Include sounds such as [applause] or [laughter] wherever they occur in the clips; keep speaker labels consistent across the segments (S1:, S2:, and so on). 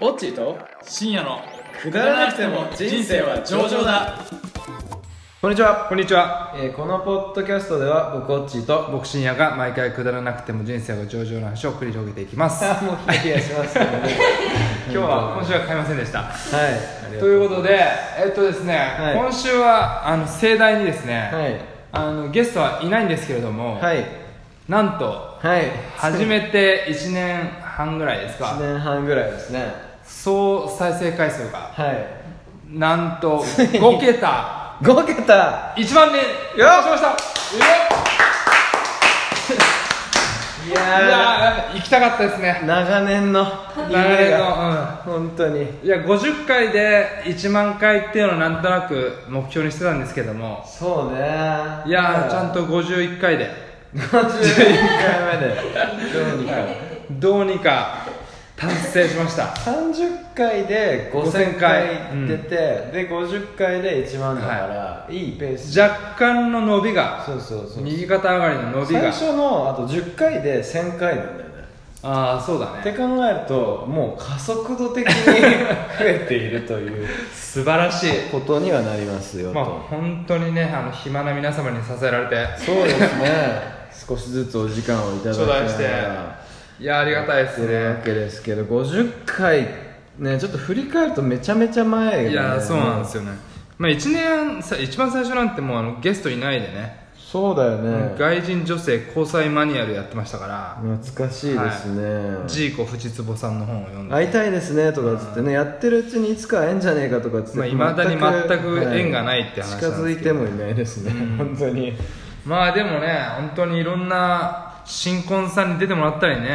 S1: オッチーと
S2: 深夜の
S1: く
S2: だらなくても人生は上々だ
S1: こんにちは、
S3: こんにちは、
S1: えーこのポッドキャストでは僕オッチーと
S3: 僕深夜が毎回くだらなくても人生が上々の話を繰り広げていきます。
S1: あもうヒヤヒヤしましたね [laughs]
S3: 今日は今週は買いませんでした。
S1: はい
S3: ということで、えっとですね、
S1: はい
S3: 今週はあの盛大にですね、
S1: はい
S3: あのゲストはいないんですけれども、
S1: はい
S3: なんと
S1: はい
S3: 初めて1年半ぐらいです
S1: 1
S3: か、
S1: 年半ぐらいですね
S3: 総再生回数が
S1: はい
S3: なんと5桁、
S1: 5桁
S3: 1万人、よしました。
S1: い
S3: い
S1: や
S3: やー行きたかったですね
S1: ー。長年の
S3: 長年のうん
S1: 本当に
S3: いや50回で1万回っていうのをなんとなく目標にしてたんですけども
S1: そうね
S3: いやーちゃんと51回で
S1: 51回目でどうにか
S3: どうにか達成しました
S1: 30回で5000回
S3: 5000回
S1: 出て、で50回で1万だから、い、いペース
S3: 若干の伸びが
S1: そうそうそう
S3: 右肩上がりの伸び
S1: 最
S3: が
S1: 初のあと10回で1000回なんだよね
S3: ああそうだ
S1: って
S3: ね
S1: 考えるともう加速度的に増えているという
S3: 素晴らしい
S1: ことにはなりますよと、
S3: まあ本当にねあの暇な皆様に支えられて
S1: そうですね少しずつお時間をいただき
S3: 頂
S1: なが
S3: 戴して
S1: ら
S3: いやーありがたいで
S1: やっ
S3: す
S1: てるわ
S3: ね
S1: けですけど50回ねちょっと振り返るとめちゃめちゃ前がね、
S3: いやーそうなんですよねまあ1年さ一番最初なんてもうあのゲストいないでね
S1: そうだよね
S3: 外人女性交際マニュアルやってましたから
S1: 懐かしいですね、
S3: ジーコ淵壺さんの本を読んで、
S1: 会いたいですねとかっつってねやってるうちにいつか会えんじゃねえかとかっつって
S3: まあ未だに全く縁がないって話
S1: 近
S3: なんで
S1: づい
S3: す
S1: て
S3: けど
S1: もいないですね、本当に
S3: まあでもね本当にいろんな新婚さんに出てもらったりね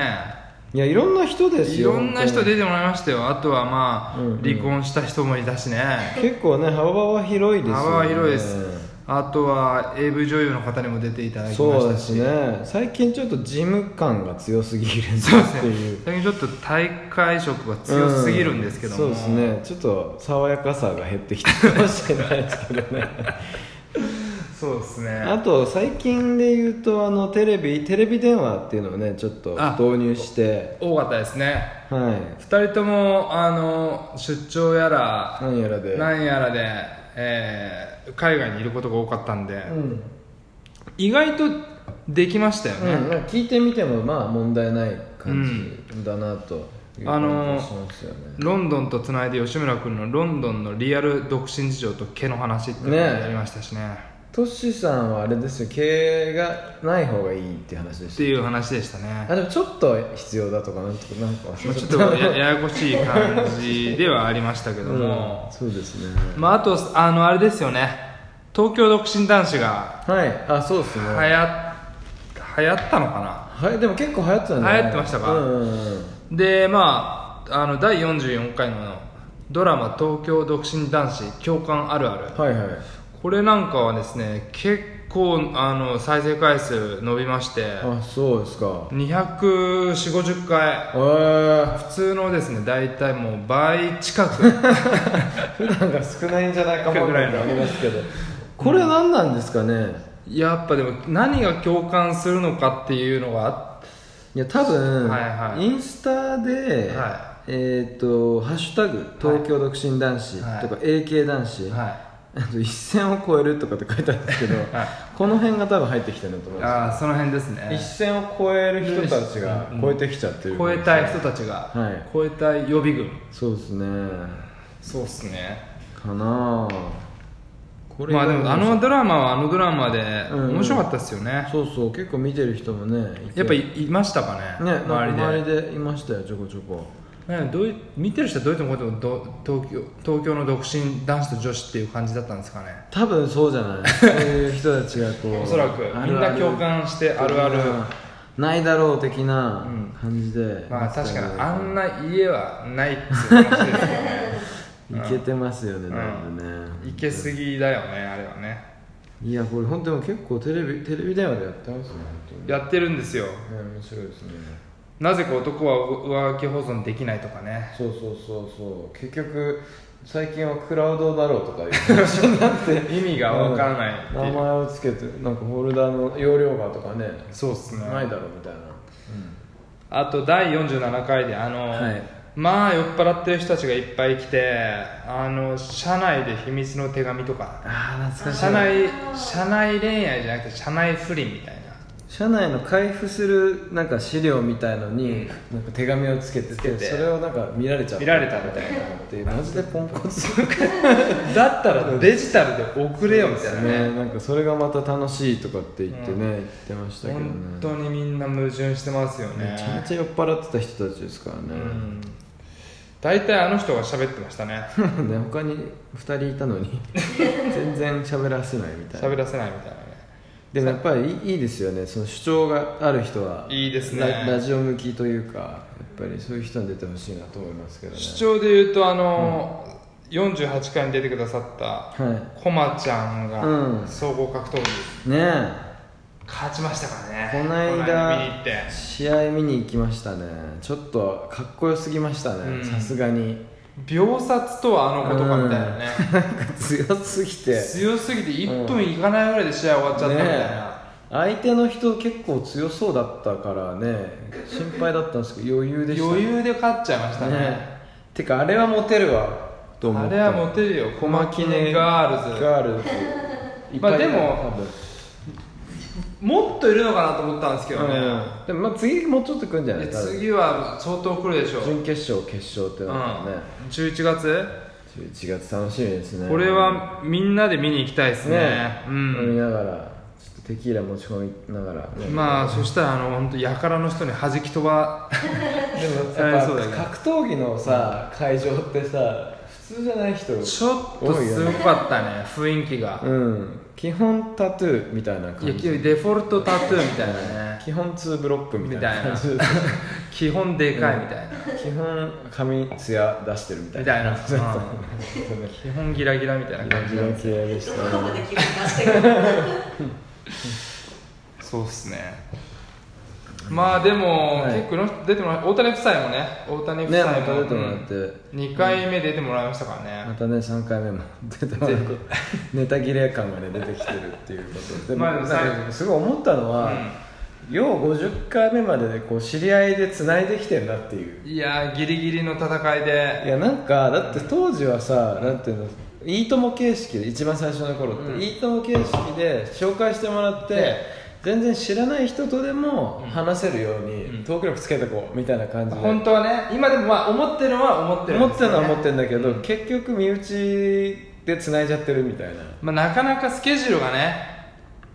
S1: いやいろんな人です
S3: い
S1: よ
S3: ろんな人
S1: 本当に
S3: 出てもらいましたよあとはまあ、
S1: うんうん
S3: 離婚した人もいたしね
S1: 結構ね幅は広いですよ、ね、
S3: 幅は広いですあとは AV 女優の方にも出ていただきま
S1: そう
S3: した
S1: で
S3: し
S1: すね最近ちょっと事務感が強すぎる
S3: そうで
S1: なっ
S3: す
S1: てい
S3: ね
S1: う
S3: 最近ちょっと大会色が [laughs] 強すぎるんですけども、
S1: うんそうですねちょっと爽やかさが減ってきたかもしれないですけ
S3: [laughs]
S1: どね
S3: そうですね
S1: あと最近で言うとあのテレビテレビ電話っていうのをねちょっと
S3: あ
S1: 導入して
S3: 多かったですね
S1: はい
S3: 2人ともあの出張やら
S1: 何やらで
S3: なんやらで、えー海外にいることが多かったんで、
S1: うん
S3: 意外とできましたよ
S1: うん
S3: ね、
S1: なんか聞いてみてもまあ問題ない感じだなという
S3: あ
S1: 感
S3: のー
S1: じがしますよね、
S3: ロンドンとつないで吉村君のロンドンのリアル独身事情と毛の話っていうのを
S1: ねえ
S3: やりましたしね
S1: トッシーさんはあれですよ経営がない方がいいっていう話で
S3: っ
S1: して
S3: いう話でした
S1: たあ
S3: ね
S1: でもちょっと必要だとかなんとかなんか
S3: まあちょっと
S1: [laughs]
S3: やややこしい感じではありましたけども、
S1: そうですね
S3: まあ、あとあのあれですよね東京独身男子が
S1: はいあそうですね
S3: 流
S1: はい、
S3: 行流行ったのかな
S1: でも結構流行ってたんじゃない
S3: 流行ってましたか
S1: うんうんうん
S3: でまああの第44回のドラマ「東京独身男子共感あるある」
S1: はいはい
S3: これなんかはですね結構あの再生回数伸びまして
S1: あそうですか
S3: 24050
S1: え
S3: 回
S1: ー、
S3: 普通のですね大体もう倍近く
S1: [laughs] 普段が少ないんじゃないかも
S3: ぐらいの
S1: ありますけどこれ何なんですかね、
S3: やっぱでも何が共感するのかっていうのがあっ
S1: いや多分、
S3: はいはい
S1: インスタで、
S3: は
S1: えっ、と「ハッシュタグ東京独身男子」
S3: は
S1: と
S3: い
S1: か「AK 男子」
S3: はい
S1: あと1000を超えるとかって書いてあるんですけど、
S3: はい
S1: この辺が多分入ってきてるんだと思いま
S3: あーその辺ですね
S1: す1000を超える人たちが超えてきちゃってる
S3: 超えたい人たちが、
S1: はい
S3: 超えたい予備軍
S1: そうですね
S3: そうっすね
S1: かなあこ
S3: まあでもあの
S1: ド
S3: ドラマはあのドラマで
S1: うん
S3: 面白かったですよね、
S1: そうそう結構見てる人もねいて
S3: やっぱいいましたかね
S1: ねなんか
S3: 周りで
S1: 周りでいましたよちょこちょこ
S3: ねどうい見てる人はどういうとこでもど東京東京の独身男子と女子っていう感じだったんですかね
S1: 多分そうじゃないそういう人たちがこう
S3: [laughs] おそらくみんな共感してあるある
S1: ないだろう的な感じで、
S3: まあ確かにあん
S1: な
S3: な家はないっつう話ですよね
S1: いけてますよね、だいぶね、
S3: いけすぎだよねあれはね
S1: いやこれ本当に結構テレビテレビ電話でやってますね本
S3: やってるんですよ
S1: 当にね面白いですね
S3: なぜか男は浮気保存できないとかね
S1: そうそうそうそう結局最近はクラウドだろうとかいう話になって
S3: 意味がわから [laughs] ないって
S1: 名
S3: いう、
S1: 前をつけてなんかフォルダの容量がとかね
S3: そうっすね
S1: ないだろうみたいな、
S3: あと第47回であの、
S1: はい
S3: まあ酔っ払ってる人たちがいっぱい来てあの社内で秘密の手紙とか
S1: ああ懐かしい
S3: 社内社内恋愛じゃなくて社内不倫みたいな
S4: 社内の開封するなんか資料みたいのに、
S1: なんか手紙をつけて
S3: つけて
S1: それをなんか見られちゃった
S3: 見られたみたいな
S1: っていうマジでポンコツ
S3: [laughs] だったらデジタルで送れよみたいなね
S1: なんかそれがまた楽しいとかって言ってね、言ってましたけどね
S3: 本当にみんな矛盾してますよね
S1: めちゃめちゃ酔っ払ってた人たちですからね、
S3: うん大体あの人が喋ってました [laughs] ね
S1: [laughs] ね他に2人いたの
S3: [laughs]
S1: に全然喋らせないみたい
S3: 喋
S1: な
S3: らせないみたいなね
S1: でもやっぱりいいいですよねその主張がある人はい
S3: いですね
S1: ララジオ向きというかやっぱりそういう人に出てほしいなと思いますけどね
S3: 主張で言うとあの、48回に出てくださった
S1: は
S3: コマちゃん
S1: う
S3: が
S1: ん
S3: 総合格闘技
S1: いねえ
S3: 勝ちましたからね
S1: この間
S3: この見に行って
S1: 試合見に行きましたねちょっとかっこよすぎました
S3: う
S1: ね
S3: ん
S1: さすがに [laughs]
S3: 秒殺とはあのことかみたいなね、
S1: 強すぎて
S3: 強すぎて1分いかないぐらいで試合終わっちゃったみたい
S1: ね
S3: な、
S1: 相手の人結構強そうだったからね心配だったんですけど余裕でした
S3: 余裕で勝っちゃいましたね
S1: ねてかあれはモテるわと思
S3: あ
S1: って
S3: れはモテるよ小牧根ガールズ
S1: ガールズ
S3: まあ
S1: いっぱいいる
S3: でも
S1: 多分
S3: もっといるのかなと思ったんですけどね、
S1: うんでもまあ次もうちょっと来るんじゃない
S3: で次は相当来るでしょ
S1: 多分準決勝決勝って
S3: うん
S1: なったらね、
S3: 11月、
S1: 11月楽しみですね
S3: これはみんなで見に行きたいですね
S1: ね
S3: う
S1: 飲み
S3: ん
S1: ながらちょっとテキーラ持ち込みながら、ね
S3: まあそしたらあの本当やからの人に弾き飛ば
S1: でも
S3: あ
S1: や
S3: れ
S1: っ
S3: そう
S1: ぱ、
S3: だよね
S1: 格闘技のさ会場ってさ普通じゃない人
S3: ちょっとすごかったね雰囲気が、
S1: うん基本タトゥーみたいな感
S3: い
S1: じ
S3: やデフォルトタトゥーみたいなね
S1: 基本2ブロックみたいな感じ
S3: 基本でかいみたいな、
S1: [laughs] 基本髪ツヤ出してるみたい
S3: み
S1: な
S3: たい
S1: [laughs] ち
S3: な、
S1: ょっとね
S3: 基本ギラギラみたいな感じ
S1: ギラギラでし
S5: そんな
S1: た
S5: ことで
S1: [laughs] ね
S5: 気分出してくる
S3: そうっすねまあでも、
S1: はい
S3: 結構の出てもら大谷夫妻もね大谷夫
S1: ね
S3: 妻
S1: また
S3: も、
S1: 出てもらって、
S3: 2回目出てもらいましたからね、
S1: またね3回目も出てもらってネタ切れ感がね出てきてるっていうことで
S3: まあでもさ
S1: なんかすごい思ったのは、よう50回目まででこう知り合いでつないできてるなっていう
S3: いやーギリギリの戦い
S1: い
S3: で
S1: やなんかだって当時はさなんていうのいいとも形式で一番最初の頃って、
S3: うん
S1: いいとも形式で紹介してもらって、全然知らない人とでも話せるように、
S3: うん
S1: トーク力つけてこうみたいな感じで、
S3: 本当はね今でもまあ思ってるのは思ってるん
S1: 思
S3: で
S1: っ
S3: す
S1: てる
S3: よ
S1: の
S3: ね
S1: は思ってるんだけど、
S3: うん
S1: 結局身内でつないじゃってるみたいな
S3: まあ、なかなかスケジュールがね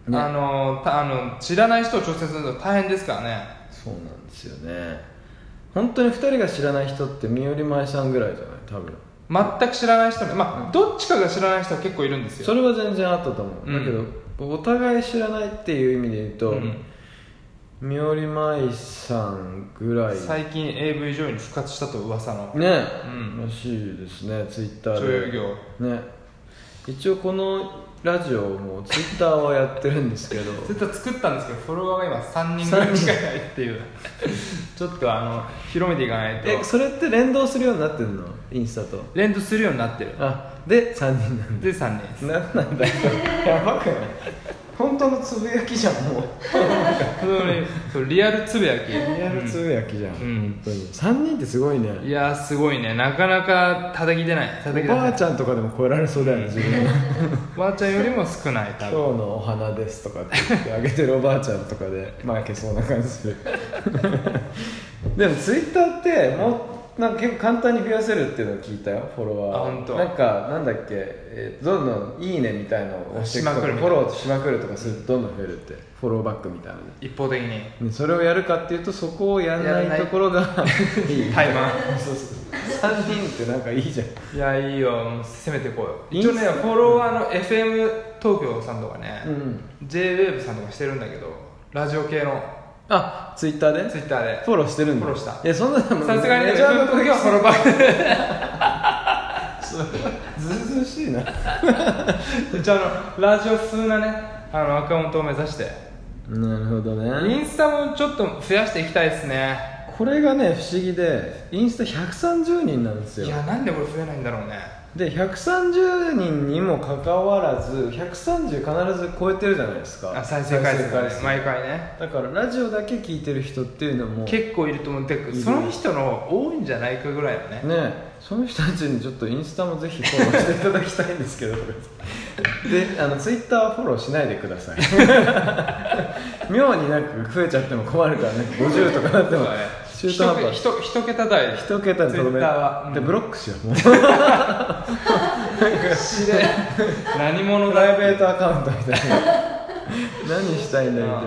S1: ね
S3: あのたあの知らない人を挑戦するの大変ですからね
S1: そうなんですよね本当に2人が知らない人って身寄り前さんぐらいじゃない多分
S3: 全く知らない人もまあどっちかが知らない人は結構いるんですよ
S1: それは全然あったと思う、
S3: うん
S1: だけどお互い知らないっていう意味で言うと、
S3: うん
S1: みおりまいさんぐらい
S3: 最近 AV 女優に復活したと噂の
S1: ね、
S3: うん
S1: らしいですねツイッター
S3: 女
S1: で
S3: 優業
S1: ね一応このラジオもツイッターはやってるんですけど
S3: ツイッター作ったんですけどフォロワーが今3人ぐらいしかいないっていう [laughs] ちょっとあの広めていかない
S1: え
S3: と
S1: それって連動するようになってるのインスタと
S3: 連動するようになってる
S1: あで3人なんだ
S3: で3人です
S1: 何なんだよやばくない本当のつぶやきじゃんもう
S3: それそうリアルつぶやき
S1: リアルつぶやきじゃん、
S3: うん
S1: 本当に3人ってすごいね
S3: いやーすごいねなかなか叩き出ない叩き
S1: お
S3: 出
S1: ば
S3: ない
S1: あちゃんとかでも超えられそうだよね自分は
S3: おばあちゃんよりも少ない
S1: 今
S3: 多
S1: 日
S3: 分
S1: のお花ですとかって言ってあげてるおばあちゃんとか
S3: [laughs]
S1: で負けそうな感じする [laughs] でもツイッターってもうなんか結構簡単に増やせるっていうのを聞いたよフォロワー
S3: あ本当
S1: なんかなんだっけ、えーどんどん「いいね」みたいのを押していくと
S3: しまくるみ
S1: フォ
S3: たいな
S1: ローしまくるとかするとどんどん増えるってフォローバックみたいなので
S3: 一方的に
S1: ねそれをやるかっていうとそこをやら
S3: や
S1: な
S3: らないい
S1: ところがいい
S3: 対マン
S1: そうそう3人ってなんかいいじゃん
S3: いやいいよもう攻めてこうよ
S1: インス
S3: 一応ねフォロワーの FM 東京さんとかね、
S1: うん
S3: JWAVE さんとかしてるんだけどラジオ系の
S1: あツイッターで
S3: ツイッターで
S1: フォローしてるんだ
S3: フォローした
S1: いやそんなの
S3: さすがに
S1: メ
S3: ねメ
S1: ジ
S3: ジ
S1: ャ
S3: ャ
S1: ー
S3: ー
S1: の
S3: の
S1: 時
S3: 時
S1: は
S3: は
S1: フ
S3: フ
S1: ォ
S3: ォ
S1: ロー
S3: ロー
S1: バ
S3: バ
S1: ッ
S3: [laughs]
S1: クずうずうしいなね
S3: 一応あのラジオ風なねあのアカウントを目指して
S1: なるほど
S3: イ
S1: ね
S3: ンスタもちょっと増やしていきたいですね
S1: これがね不思議でインスタ130人なんですよ
S3: いやなんでこれ増えないんだろうね
S1: で130人にもかかわらず130必ず超えてるじゃないですか
S3: あ再生回数
S1: 再
S3: がね
S1: 回数
S3: 毎回ね
S1: だからラジオだけ聞いてる人っていうのもね
S3: 結構いると思うてかその人の方が多いんじゃないかぐらいのね
S1: その人たちにちょっとインスタもぜひフォローしていただきたいんです [laughs] けどであのツイッターはフォローしないでくだ [laughs] さい妙になんか増えちゃっても困るからね50とかなっても中途半端
S3: 一一桁
S1: [laughs]
S3: 台
S1: 一桁にとどめ
S3: Twitter はうん
S1: でブロックしようもう
S3: 知れ [laughs] 何者
S1: プライ
S3: だ
S1: ベートアカウントみたい [laughs] な何したいんだみたいな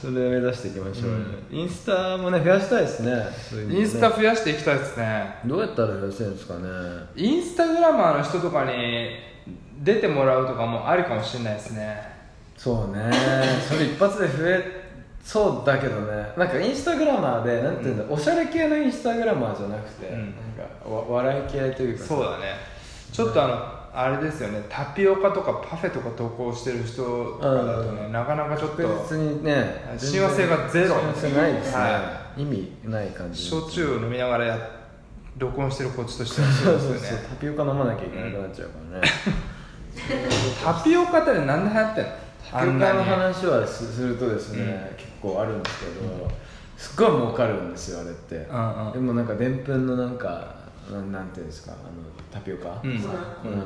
S1: それ目指していきましょうよ、インスタもね増やしたいですねそういうのね
S3: インスタ増やしていきたいですね
S1: どうやったら増やせるんですかね
S3: インスタグラマーの人とかに出てもらうとかもありかもしれないですね
S1: そうねそれ一発で増えそうだけどねなんかインスタグラマーでなんていうんだ、おしゃれ系のインスタグラマーじゃなくて、
S3: うん
S1: なんかわ笑い系というか
S3: そうだねちょっとあのあれですよねタピオカとかパフェとか投稿してる人とかだとねなかなかちょっ
S1: 確実
S3: と
S1: にね
S3: 親和性がゼロ
S1: 親和性ないですね、
S3: は
S1: 意味ない感じ
S3: 焼酎を飲みながらや録音してるこっちとしては
S1: そ
S3: そうう
S1: そう
S3: で
S1: そ
S3: す
S1: う
S3: よね
S1: タピオカ飲まなきゃいけなくなっちゃうからね、
S3: タピオカって何で流行ってんの
S1: タピオ
S3: ん
S1: カの
S3: に
S1: 話はすするとですね、結構あるんですけど、すっごい儲かるんですよあれって、
S3: んうん
S1: でもなんかでんぷんのなんかなんなんていうんですかあのタピオカ、
S3: うん
S1: 粉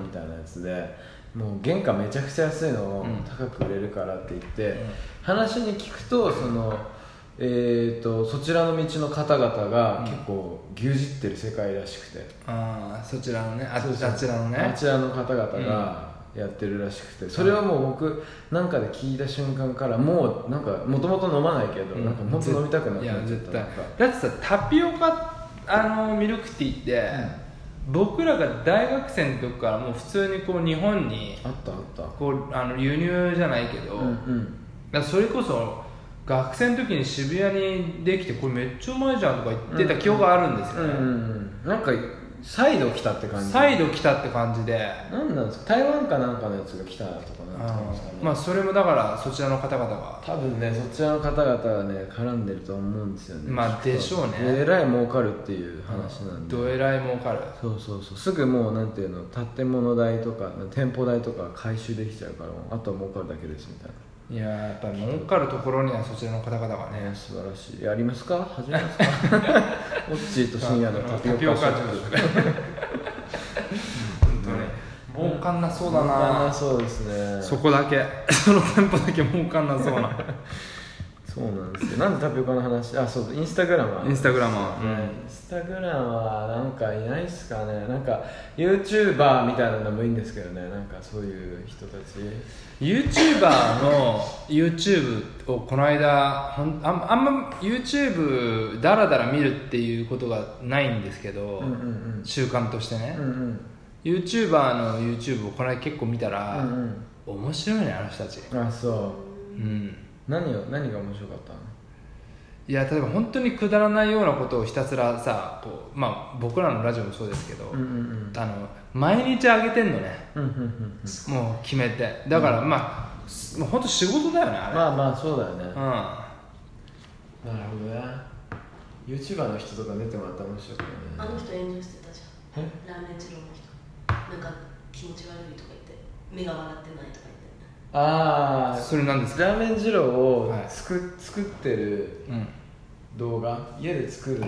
S1: みたいなやつでもう原価めちゃくちゃ安いのを
S3: うん
S1: 高く売れるからって言って、話に聞くとその、えー、とそちらの道の方々が結構牛耳ってる世界らしくて、
S3: ああそちらのねあ
S1: そうそう
S3: あちらの
S1: あ
S3: ね
S1: ちらの方々がやってるらしくて、それはもう僕なんかで聞いた瞬間からもうなんかもともと飲まないけど、なんかもっと飲みたくなっ
S3: い
S1: ちゃ
S3: や
S1: った
S3: 絶
S1: な
S3: 対
S1: んか
S3: だってさタピオカあのミルクティーって、僕らが大学生の時からもう普通にこう日本に
S1: あったあった
S3: こうあの輸入じゃないけど、
S1: うんうん
S3: だからそれこそ学生の時に渋谷にできてこれめっちゃうまいじゃんとか言ってた記憶があるんです
S1: う
S3: よ
S1: ん
S3: ね、
S1: うんうんなんか再度来たって感じ
S3: 再度来たって感じで
S1: なんなんですか台湾かなんかのやつが来たとかなんとかですかね
S3: まあそれもだからそちらの方々が
S1: 多分ねそちらの方々がね絡んでると思うんですよね
S3: まあでしょうね
S1: えらい儲かるっていう話なんで、
S3: どえらい儲かる
S1: そうそうそうすぐもうなんていうの建物代とか店舗代とか回収できちゃうからあとは儲かるだけですみたい
S3: いやーやっぱり儲かるところにはそちらの方々が
S1: な、
S3: ね
S1: ね、素晴らしいやりますか始めますかオッチーと深夜のタピオカショ
S3: タ
S1: ップ
S3: ョ [laughs] ップ本当ね儲かんなそうだな、
S1: そうですね
S3: そこだけ [laughs] その店舗だけ儲かんなそう
S1: [laughs]
S3: な
S1: そうなんですよなんでタピオカの話あそうインスタグラム
S3: インスタグラマ
S1: ね
S3: ー、
S1: インスタグラムはなんかいないっすかねなんか YouTuber みたいなのもいいんですけどねなんかそういう人たち
S3: うん、YouTuber の YouTube をこの間ほんあんあんま YouTube だらだら見るっていうことがないんですけど、
S1: うんうん
S3: 習慣としてね、
S1: うんうん
S3: YouTuber の YouTube をこの間結構見たら、
S1: うん
S3: 面白いねあの人たち
S1: うんあそ
S3: うん
S1: う何を何が面白かったの
S3: いや例えば本当にくだらないようなことをひたすらさこう、まあ、僕らのラジオもそうですけど、
S1: うんうん
S3: あの毎日あげてんのね、
S1: うんうんうんうん
S3: もう決めてだから、まあすもう本当仕事だよねあれ、
S1: まあまあそうだよねなる
S3: あ、
S1: ほどね YouTuber の人とか出てもらったら面白い
S5: あ
S1: かも
S5: の
S1: ね
S5: 人炎上してたじゃん
S1: え
S5: ラーメン二郎の人なんか気持ち悪いとか言って目が笑ってないとか言って
S1: あ
S3: うん
S1: あ
S3: それなんですか、
S1: ラーメン二郎を
S3: はい
S1: 作,、作ってる
S3: うんうん、
S1: 動画家で作る動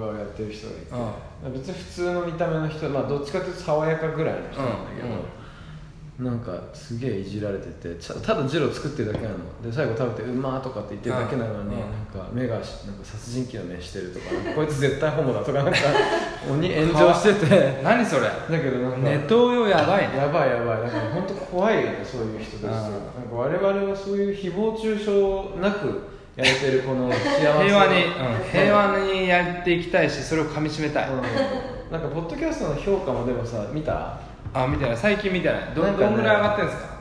S1: 画をやってる人がいて
S3: あ
S1: 別に普通の見た目の人、まあ、どっちかというと爽やかぐらいの人なんだけど、なんかすげえいじられててちゃただジロー作ってるだけなので最後食べて「うまー」とかって言ってるだけなのに、
S3: う
S1: なん
S3: ん
S1: か目がしなんか殺人鬼の目してるとかなんかこいつ絶対ホモだと
S3: [laughs]
S1: かなんか鬼炎上してて
S3: 何それ
S1: だけどなんか
S3: ネトウヨやばいね
S1: やばいやばいだから本当怖いよねそういう人たち
S3: あ
S1: なん
S3: ー
S1: か我々はそういう誹謗中傷なくやれてるこの幸せ
S3: [laughs] 平和に、
S1: うん
S3: うん、平和にやっていきたいしそれをかみしめたい、
S1: なんかポッドキャストの評価もでもさ見た
S3: あみたいな最近みたいなど
S1: なんかね
S3: どんぐらい上がってるんですか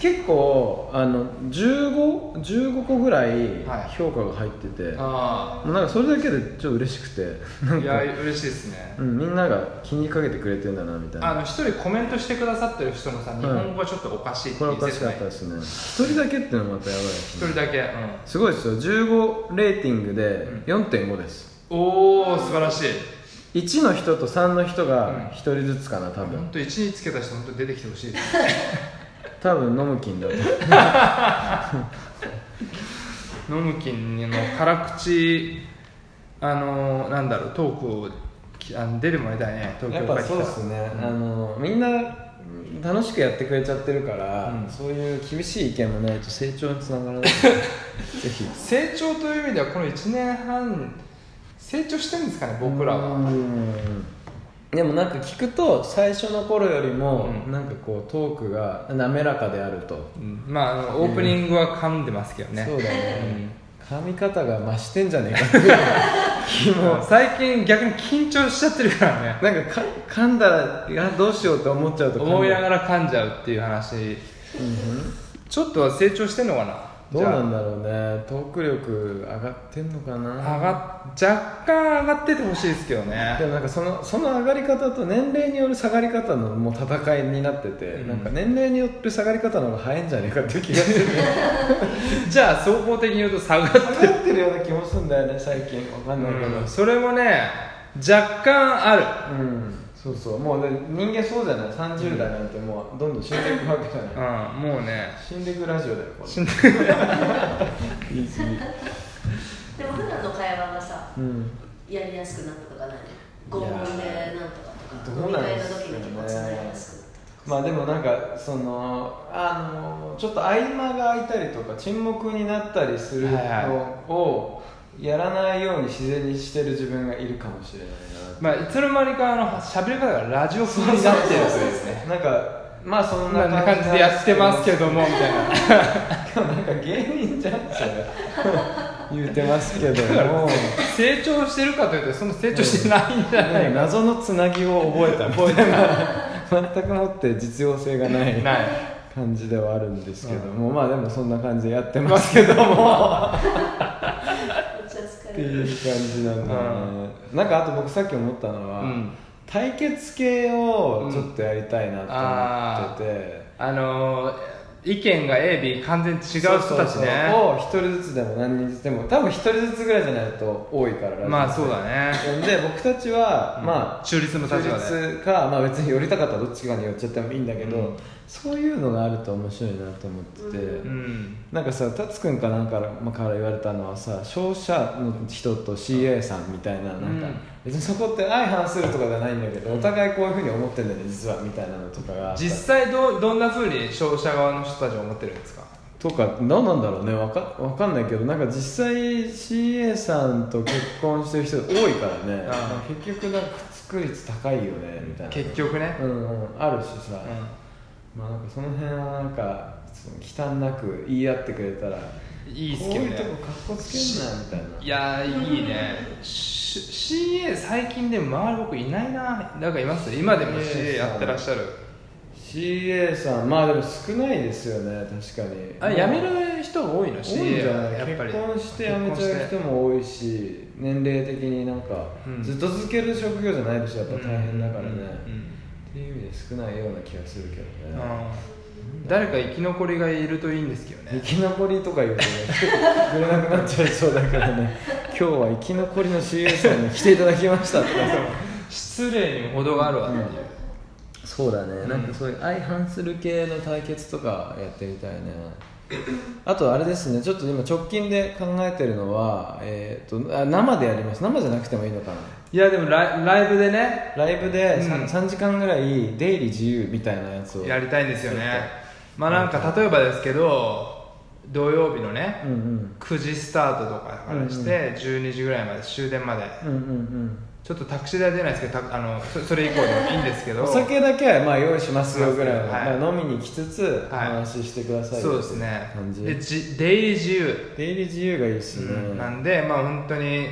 S1: 結構あの 15, 15個ぐらい
S3: はい
S1: 評価が入ってて、
S3: あ
S1: なんかそれだけでちょっと嬉しくて
S3: [laughs]
S1: な
S3: あ
S1: ん
S3: い
S1: か
S3: や、嬉しいですね
S1: うん、みんなが気にかけてくれてるんだなみたい
S3: あ
S1: な
S3: の一人コメントしてくださってる人のさ、日本語がちょっとおかしいって
S1: これ
S3: い
S1: お
S3: う
S1: かし
S3: 説
S1: か
S3: 明
S1: ったですね一人だけっていうのもまたやばいです
S3: 一
S1: ね
S3: 人だけ、
S1: すごいですよ15レーティングで4.5です、
S3: うん、おお素晴らしい
S1: 1の人と3の人
S3: うん
S1: が1人ずつかな多
S3: 本
S1: 分
S3: 当1位つけた人本当出てきてほしいです
S1: 多分ノムキンだと思う
S3: ノムキンの辛口あのなんだろうトークをきあの出てもらいたいね東京
S1: やっ
S3: から
S1: ぱ
S3: 来た
S1: そうですね、
S3: うん
S1: あのみんな楽しくやってくれちゃってるから、
S3: うん
S1: そういう厳しい意見もないと成長につなが
S3: [laughs]
S1: らないぜひ
S3: 成長という意味ではこの1年半成長してるんですかね僕らは、
S1: うんでもなんか聞くと最初の頃よりも
S3: うん
S1: なんかこうトークが滑らかであると、
S3: うんまああのオープニングは噛んでますけどね、
S1: そうだね、
S3: うん
S1: 噛み方が増してんじゃねえか
S3: [laughs]
S1: っていう気
S3: もう
S1: も
S3: 最近逆に緊張しちゃってるからね
S1: なんかか噛んだらいやどうしようと思っちゃうと噛んだ
S3: 思いながら噛んじゃうっていう話ちょっとは成長してんのかな
S1: どうなん
S3: だ
S1: だろうねトーク力上がってんのかな
S3: 上がっ若干上がっててほしいですけど
S1: で
S3: ね
S1: もなんかそのその上がり方と年齢による下がり方のもう戦いになってて、
S3: うん
S1: なんか年齢による下がり方の方が早いんじ [laughs] ゃねえかっていう気がする
S3: じゃあ総合的に言うと下がっ
S1: 下がってるような気もするんだよね最近わかんないけど、
S3: うんそれもね若干ある
S1: うんそうそうもうね人間そうじゃない30代なんてもうどんどん死んでいくわけじゃない、
S3: うんもうね
S1: 死んでいく [laughs] ラジオだよこれ
S3: 死んで
S1: いい次
S5: でも普段の会話がさ
S1: うん
S5: やりやすくなったとかない合コンでなんとかとか
S1: どう
S5: 飲み
S1: なん
S5: 会
S1: で
S5: の
S1: すかね
S5: 時に結構伝えやすくなったとか
S1: まあでもなんかそのあのちょっと合間が空いたりとか沈黙になったりする
S3: はいは
S1: のをやらないように自然にしてる自分がいるかもしれないな
S3: まあいつの間にかあの喋り方がラジオ風になってるというですね
S1: なんかまあそ
S3: こ
S1: ん
S3: ん
S1: な
S3: な感じでやってますけどもみたいな
S1: どなんか芸人じゃんそれ
S3: [laughs]
S1: 言うてますけども
S3: 成長してるかというとその成長してないんじゃない
S1: なんか謎のつなぎを覚えたみたいな全くもって実用性がない
S3: ない
S1: 感じではあるんですけども、まあでもそんな感じでやってますけども
S5: めっちゃ疲
S1: って
S5: れる
S1: いう感じなんだよね、なんかあと僕さっき思ったのは、
S3: うん
S1: 対決系をちょっとやりたいなと思ってて、
S3: あのー、意見が AB 完全に違う人たちね
S1: を一人ずつでも何人ずつでも多分一人ずつぐらいじゃないと多いからラジオ
S3: まあそうだね、
S1: で僕たちは、まあ
S3: 中立の立場で
S1: 中立か、まあ、別に寄りたかったらどっちかに寄っちゃってもいいんだけど、
S3: うん
S1: そういうのがあると面白いなと思ってて、
S3: うん、
S1: なんかさ達君かなんかから,、まあ、から言われたのはさ商社の人と CA さんみたいななんか、
S3: うん
S1: 別にそこって相反するとかじゃないんだけど、お互いこういうふうに思ってんだよね実はみたいなのとかが
S3: 実際どどんなふうに商社側の人たちは思ってるんですか
S1: とか何なんだろうねわかわかんないけどなんか実際 CA さんと結婚してる人多いからね
S3: あ
S1: 結局なんか確率高いよねみたいな
S3: 結局ね、
S1: うんうんあるしさ、
S3: う
S1: まあなんかその辺はなんかその忌憚なく言い合ってくれたら
S3: ん、いいっすけどね
S1: こういうとこかっこつけんなみたいない
S3: やーいいねし CA 最近でも周り僕いないななんかいます今でも CA やってらっしゃる
S1: CA さんまあでも少ないですよね確かに
S3: あ辞める人が多い
S1: 多い
S3: の
S1: ん
S3: CA
S1: じゃな
S3: や
S1: い
S3: っぱり
S1: 結婚して辞めちゃう人も多いし年齢的になんか、
S3: うん
S1: ずっと続ける職業じゃないでしょやっぱ大変だからね、
S3: うんうんうん
S1: っていう意味で少ないような気がするけど
S3: うん
S1: ね、
S3: 誰か生き残りがいるといいんですけどね
S1: 生き残りとか言うとね売れなくなっちゃいそうだからね今日は生き残りの CA さんに来ていただきま
S3: [laughs]
S1: したって
S3: 失礼にも程があるわっていう、
S1: そうだね、
S3: ん
S1: なんかそういう相反する系の対決とかやってみたいね [coughs] あとあれですねちょっと今直近で考えてるのは、えー、とあ生でやります生じゃなくてもいいのかない
S3: やでもライライブでね
S1: ライブで 3,、
S3: うん
S1: 3時間ぐらい出入り自由みたいなやつを
S3: やりたいんですよねまあなんか例えばですけど土曜日のね、
S1: うんうん
S3: 9時スタートとかからして、12時ぐらいまで終電まで
S1: うんうん
S3: ちょっとタクシー代出ないですけどたあのそそれ以降でもいいんですけ
S1: うん、
S3: ど
S1: お酒だけはまあ用意しますよぐらいの、
S3: はい
S1: まあ、飲みに来つつお話ししてください
S3: そうですね
S1: 感じ
S3: でじ出入り自由、
S1: 出入り自由がいいですね、
S3: うんなんでまあ本当に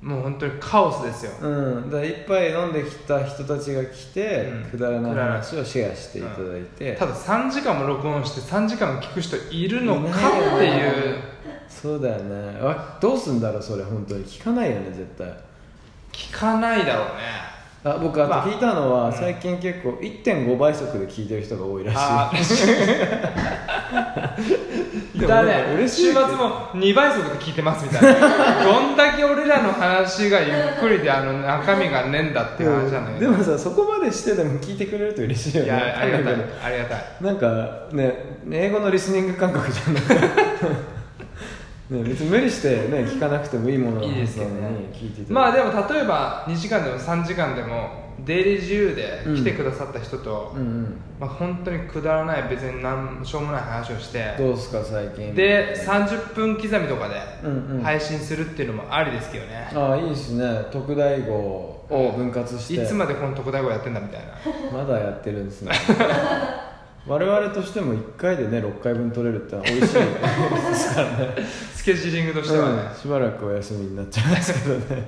S3: もう本当にカオスですよ、
S1: うん、だから一杯飲んできた人たちが来て、
S3: うん
S1: くだらない話をシェアしていただいて、
S3: ただ3時間も録音して3時間も聞く人いるのかっていう
S1: そうだよねわどうすんだろうそれ本当に聞かないよね絶対
S3: 聞かないだろうね
S1: あ僕あと
S3: まあ
S1: 聞いたのは、最近結構1.5倍速で聞いてる人が多いらしい
S3: あ
S1: [laughs] で
S3: ー
S1: もな
S3: だ
S1: んか
S3: ね
S1: 嬉しい
S3: 週末も2倍速で聞いてますみたいなどんだけ俺らの話がゆっくりであの中身がねえんだっていう話なのよ、
S1: でもさそこまでしてでも聞いてくれると嬉しいよ
S3: い
S1: ね
S3: やありがたいありがたい
S1: なんかね英語のリスニング感覚じゃなくて [laughs] ね別に無理してね聞かなくてもいいもの
S3: いいですけどね
S1: なのに聞いていただ
S3: まあ
S1: いて
S3: でも例えば2時間でも3時間でも出入り自由で来てくださった人と、
S1: うんうん
S3: まあ、本当にくだらない別に何もしょうもない話をして
S1: どうすか最近
S3: で30分刻みとか
S1: うんうん
S3: で配信するっていうのもありですけどね、
S1: ああいいですね特大号を分割して
S3: いつまでこの特大号やってんだみたいな [laughs]
S1: まだやってるんですね [laughs] 我々としても1回でね6回分取れるってのは美味し
S3: [laughs]
S1: いですからね
S3: スケジューリングとしてはね、
S1: うんしばらくお休みになっちゃいますけど
S3: [laughs]
S1: ね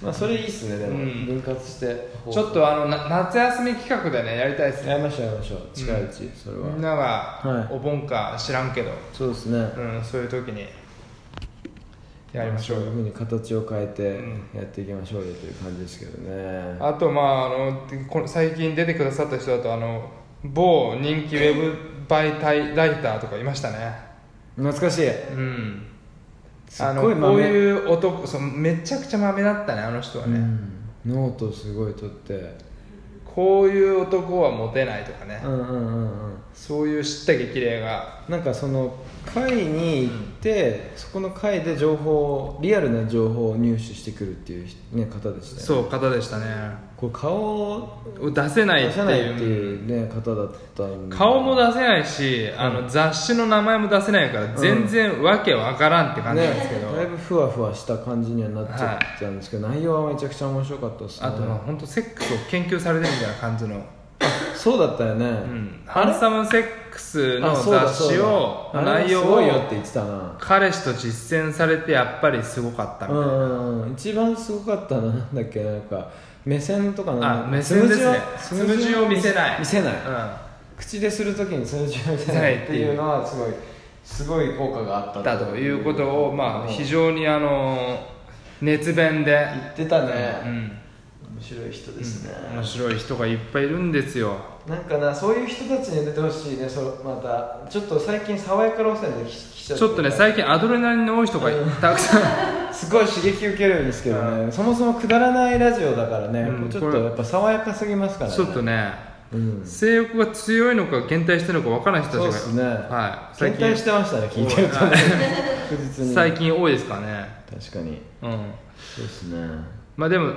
S1: まあそれいいっすねでも、
S3: うん
S1: 分割して
S3: ちょっとあのな夏休み企画でねやりたいです
S1: や
S3: ね
S1: りましょうやりましょう近いうち、それは
S3: みんな
S1: は
S3: が
S1: い
S3: お盆か知らんけど、
S1: そうですね
S3: うん、そういう時にやりましょう
S1: そういう
S3: よ
S1: ふうに形を変え
S3: うん
S1: てやっていきましょうよという感じですけどね、
S3: あとまああのこの最近出てくださった人だとあの某人気ウェブ媒体ライターとかいましたね
S1: 懐かしい
S3: うん
S1: すっ
S3: あの
S1: ごい豆
S3: こういう男そうめちゃくちゃマメだったねあの人は
S1: う
S3: ね、
S1: んノートすごい取って
S3: こういう男はモテないとかね、
S1: うんうんうんうん
S3: そういう知った激励が
S1: なんかその会に行って、そこの会で情報をリアルな情報を入手してくるっていう、ね、方でしたよね
S3: そう方でしたね
S1: こう顔を
S3: 出せない
S1: 出
S3: って
S1: さないって
S3: い
S1: いうう、ね、方だったんで
S3: 顔も出せないし、あの雑誌の名前も出せないから全然わけわからんって感じなんですけど、
S1: ね、だいぶふわふわした感じにはなっちゃったんですけど、内容はめちゃくちゃ面白かったですね
S3: あとは本当セックスを研究されてるみたいな感じの、
S1: そうだったよね、
S3: うん、ハンサムセックスの
S1: あそうだ
S3: 雑誌を
S1: そうだあれ
S3: 内
S1: す
S3: 容
S1: ごいよ
S3: を
S1: って言ってたな
S3: 彼氏と実践されてやっぱりすごかったみ
S1: う
S3: たいな、
S1: んうん一番すごかったのはなんだっけなんか目線とかな
S3: あ目線ですね
S1: つむじを
S3: つむじを見せない
S1: 見せない、
S3: うん
S1: 口でするときにそれじゃ見せないっていうのはすごいすごい効果があった
S3: だということを、ま
S1: う
S3: あ、
S1: ん
S3: 非常にあの熱弁で、
S1: 言ってた
S3: う
S1: ね、
S3: ん、
S1: 面白い人ですね、
S3: 面白い人がいっぱいいるんですよ
S1: なんかなそういう人たちに出てほしいねそうまたちょっと最近爽やか路線でき来ち
S3: ち
S1: ゃ
S3: ょ
S1: っ
S3: ってとね最近アドレナリンの多い人がたくさ
S1: [laughs]
S3: ん、
S1: すごい刺激受けるんですけどね、そもそもくだらないラジオだからね、
S3: うん
S1: ちょっとやっぱ爽やかすぎますからね
S3: ちょっとね
S1: うん
S3: 性欲が強いのか減退してるのか分からない人たち
S1: そう
S3: が
S1: ですね
S3: はい、
S1: 検体してましたね聞いてるとね確実に
S3: [laughs] 最近多いですからね
S1: 確かに
S3: うん
S1: そうですね
S3: まあでも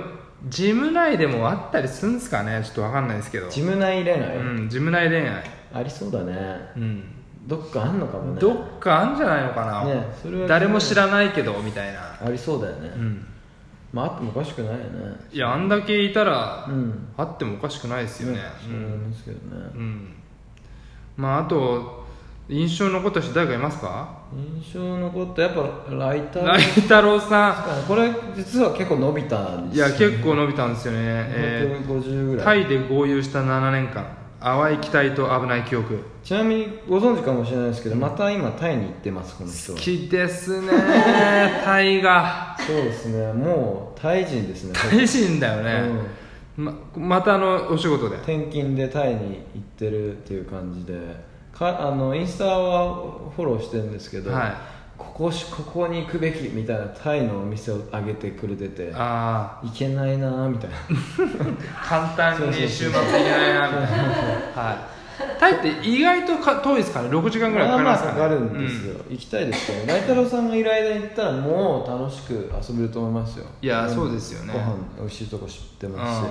S3: ジム内でもあったりするんですかねちょっと分かんないですけど
S1: ジム内恋愛、
S3: うん、ジム内恋愛、
S1: ありそうだね
S3: うん、
S1: どっかあんのかもね
S3: どっかあんじゃないのかな、
S1: ねそれは
S3: 誰も知らないけどみたいな、
S1: ありそうだよね、
S3: うん、
S1: まああってもおかしくないよね
S3: いやあんだけいたら、
S1: うん
S3: あってもおかしくないですよねう
S1: そう思い
S3: ん、
S1: ますけどね
S3: うんまああと印象に残った人誰かいますか
S1: 印象のことやっぱライター
S3: 大太郎さ
S1: あこれ実は結構伸びたん
S3: ん
S1: で
S3: い
S1: すよ
S3: や結構伸びたんですよね、え
S1: 250ぐ
S3: ー
S1: らい、
S3: タイで豪遊した7年間淡い期待と危ない記憶
S1: ちなみにご存知かもしれないですけどまた今タイに行ってますこの人
S3: 好
S1: は
S3: きですね [laughs] タイが
S1: そうですねもうタイ人ですね
S3: 大人だよね、ままたあのお仕事で
S1: 転勤でタイに行ってるっていう感じでかあのインスタはフォローしてるんですけど、
S3: はい
S1: ここしここに行くべきみたいなタイのお店を挙げてくれてて行
S3: あ
S1: けないなーみたい
S3: [laughs]
S1: な
S3: あ簡単に週末行けないなみたいなはいタイって意外とか遠いですからね6時間ぐらいかかります
S1: まあまあか
S3: ら
S1: か
S3: ね
S1: るんですよ、行きたいですけど大太郎さんがいる間に行ったらもう楽しく遊べると思いますよ
S3: いや
S1: ん
S3: そうですよね
S1: ご飯美味しいとこ知って
S3: うん
S1: ますし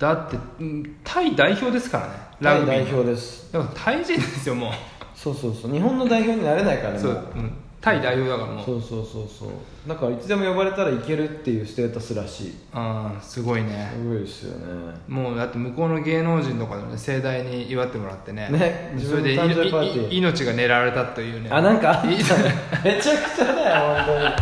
S3: だってうんタイ代表ですからね
S1: タ
S3: ラ
S1: イ
S3: グビ
S1: 代
S3: ーの
S1: 表です
S3: でもタイ人ですよも
S1: そうそうそう日本の代表になれないから
S3: う
S1: ね
S3: そう、
S1: もう
S3: うん、タイ代表だからもう
S1: そうそうそうそうだからいつでも呼ばれたら行けるっていうステータスらしい
S3: うんすごいね
S1: すごいですよね
S3: もうだって向こうの芸能人とかでもね盛大に祝ってもらってね
S1: ね
S3: それで
S1: 自分
S3: い
S1: の誕生日パーティー
S3: いい命が狙われたというね
S1: あなんかあった
S3: い
S1: ねめちゃくちゃだよ本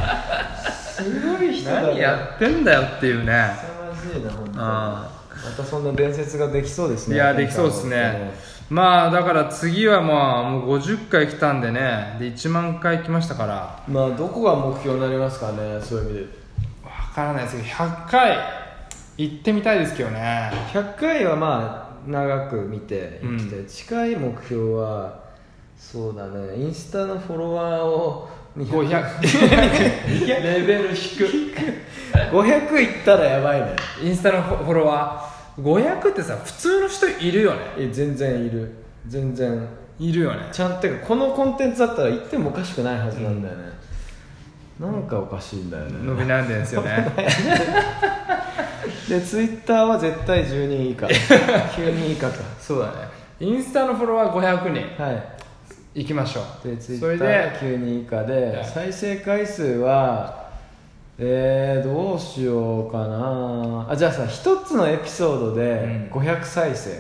S1: 当にすごい人だ
S3: 何
S1: ね
S3: やってんだよっていうね
S1: 凄まじいな本当にま
S3: あ
S1: たそんな伝説ができそうですね
S3: いやできそうですねまあだから次はまあもう50回来たんでねで1万回来ましたから
S1: まあどこが目標になりますかねそういう意味で
S3: わからないですけど100回行ってみたいですけどね
S1: 100回はまあ長く見ていきたい、
S3: うん
S1: 近い目標はそうだねインスタのフォロワーを200 [laughs]
S3: 500
S1: レベル低い500いったらやばいね
S3: [laughs] インスタのフォフォロワー500ってさ普通の人いるよね
S1: え全然いる全然
S3: いるよね
S1: ちゃんとこのコンテンツだったら行ってもおかしくないはずなんだよね、なんかおかしいんだよね、
S3: 伸び悩んでるんですよね
S1: でツイッターは絶対10人以
S3: [laughs]
S1: 下9人以下か
S3: [laughs] そうだねインスタのフォロワー500人
S1: はい
S3: 行きましょ
S1: で
S3: う
S1: ツイ
S3: それ
S1: ッター
S3: で
S1: 9人以下
S3: はい
S1: で再生回数はえー、どうしようかなあじゃあさ一つのエピソードで
S3: うん
S1: 500再生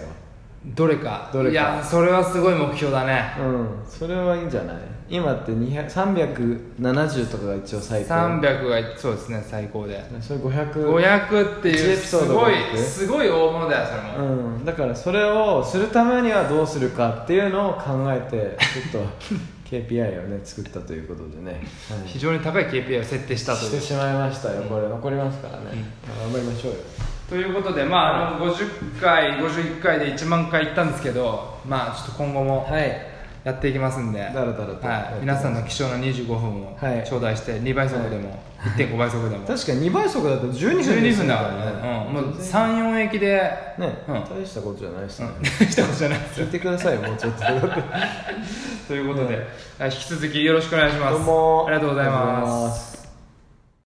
S3: どれか
S1: どれか
S3: いやそれはすごい目標だね
S1: をうん、それはいいんじゃない今って200 370とかが一応最高
S3: 300がそうですね最高で
S1: それ500
S3: 500って
S1: 1
S3: い
S1: エ
S3: う
S1: ピ
S3: す
S1: ソード
S3: ごい
S1: 500
S3: すごい大物だよそれも、
S1: うん、だからそれをするためにはどうするかっていうのを考えてちょっ
S3: [laughs]
S1: と KPI をね作ったということでね、はい
S3: 非常に高い KPI を設定したと
S1: し
S3: い
S1: て
S3: う
S1: しまいましたよこれ残りますからね、頑張りましょうよ
S3: ということでまああの50回51回で1万回行ったんですけどまあちょっと今後も
S1: はい
S3: やっていきますんで、はい
S1: だらだらとやってます
S3: 皆さんの貴重な25分を
S1: はい
S3: 頂戴して2倍速でも、1.5倍速でも
S1: 確かに2倍速だと12分
S3: 12
S1: です
S3: 分だからね、うん、もう
S1: 全然
S3: 34駅で
S1: ね、
S3: うん
S1: 大したことじゃないですね、
S3: [laughs] したことじゃないです
S1: 聞いてくださいよもう
S3: [laughs]
S1: ちょっと
S3: ということで、はい引き続きよろしくお願いします
S1: どうも
S3: ありがとうござい
S1: ありがとうござい
S3: ま
S1: ますす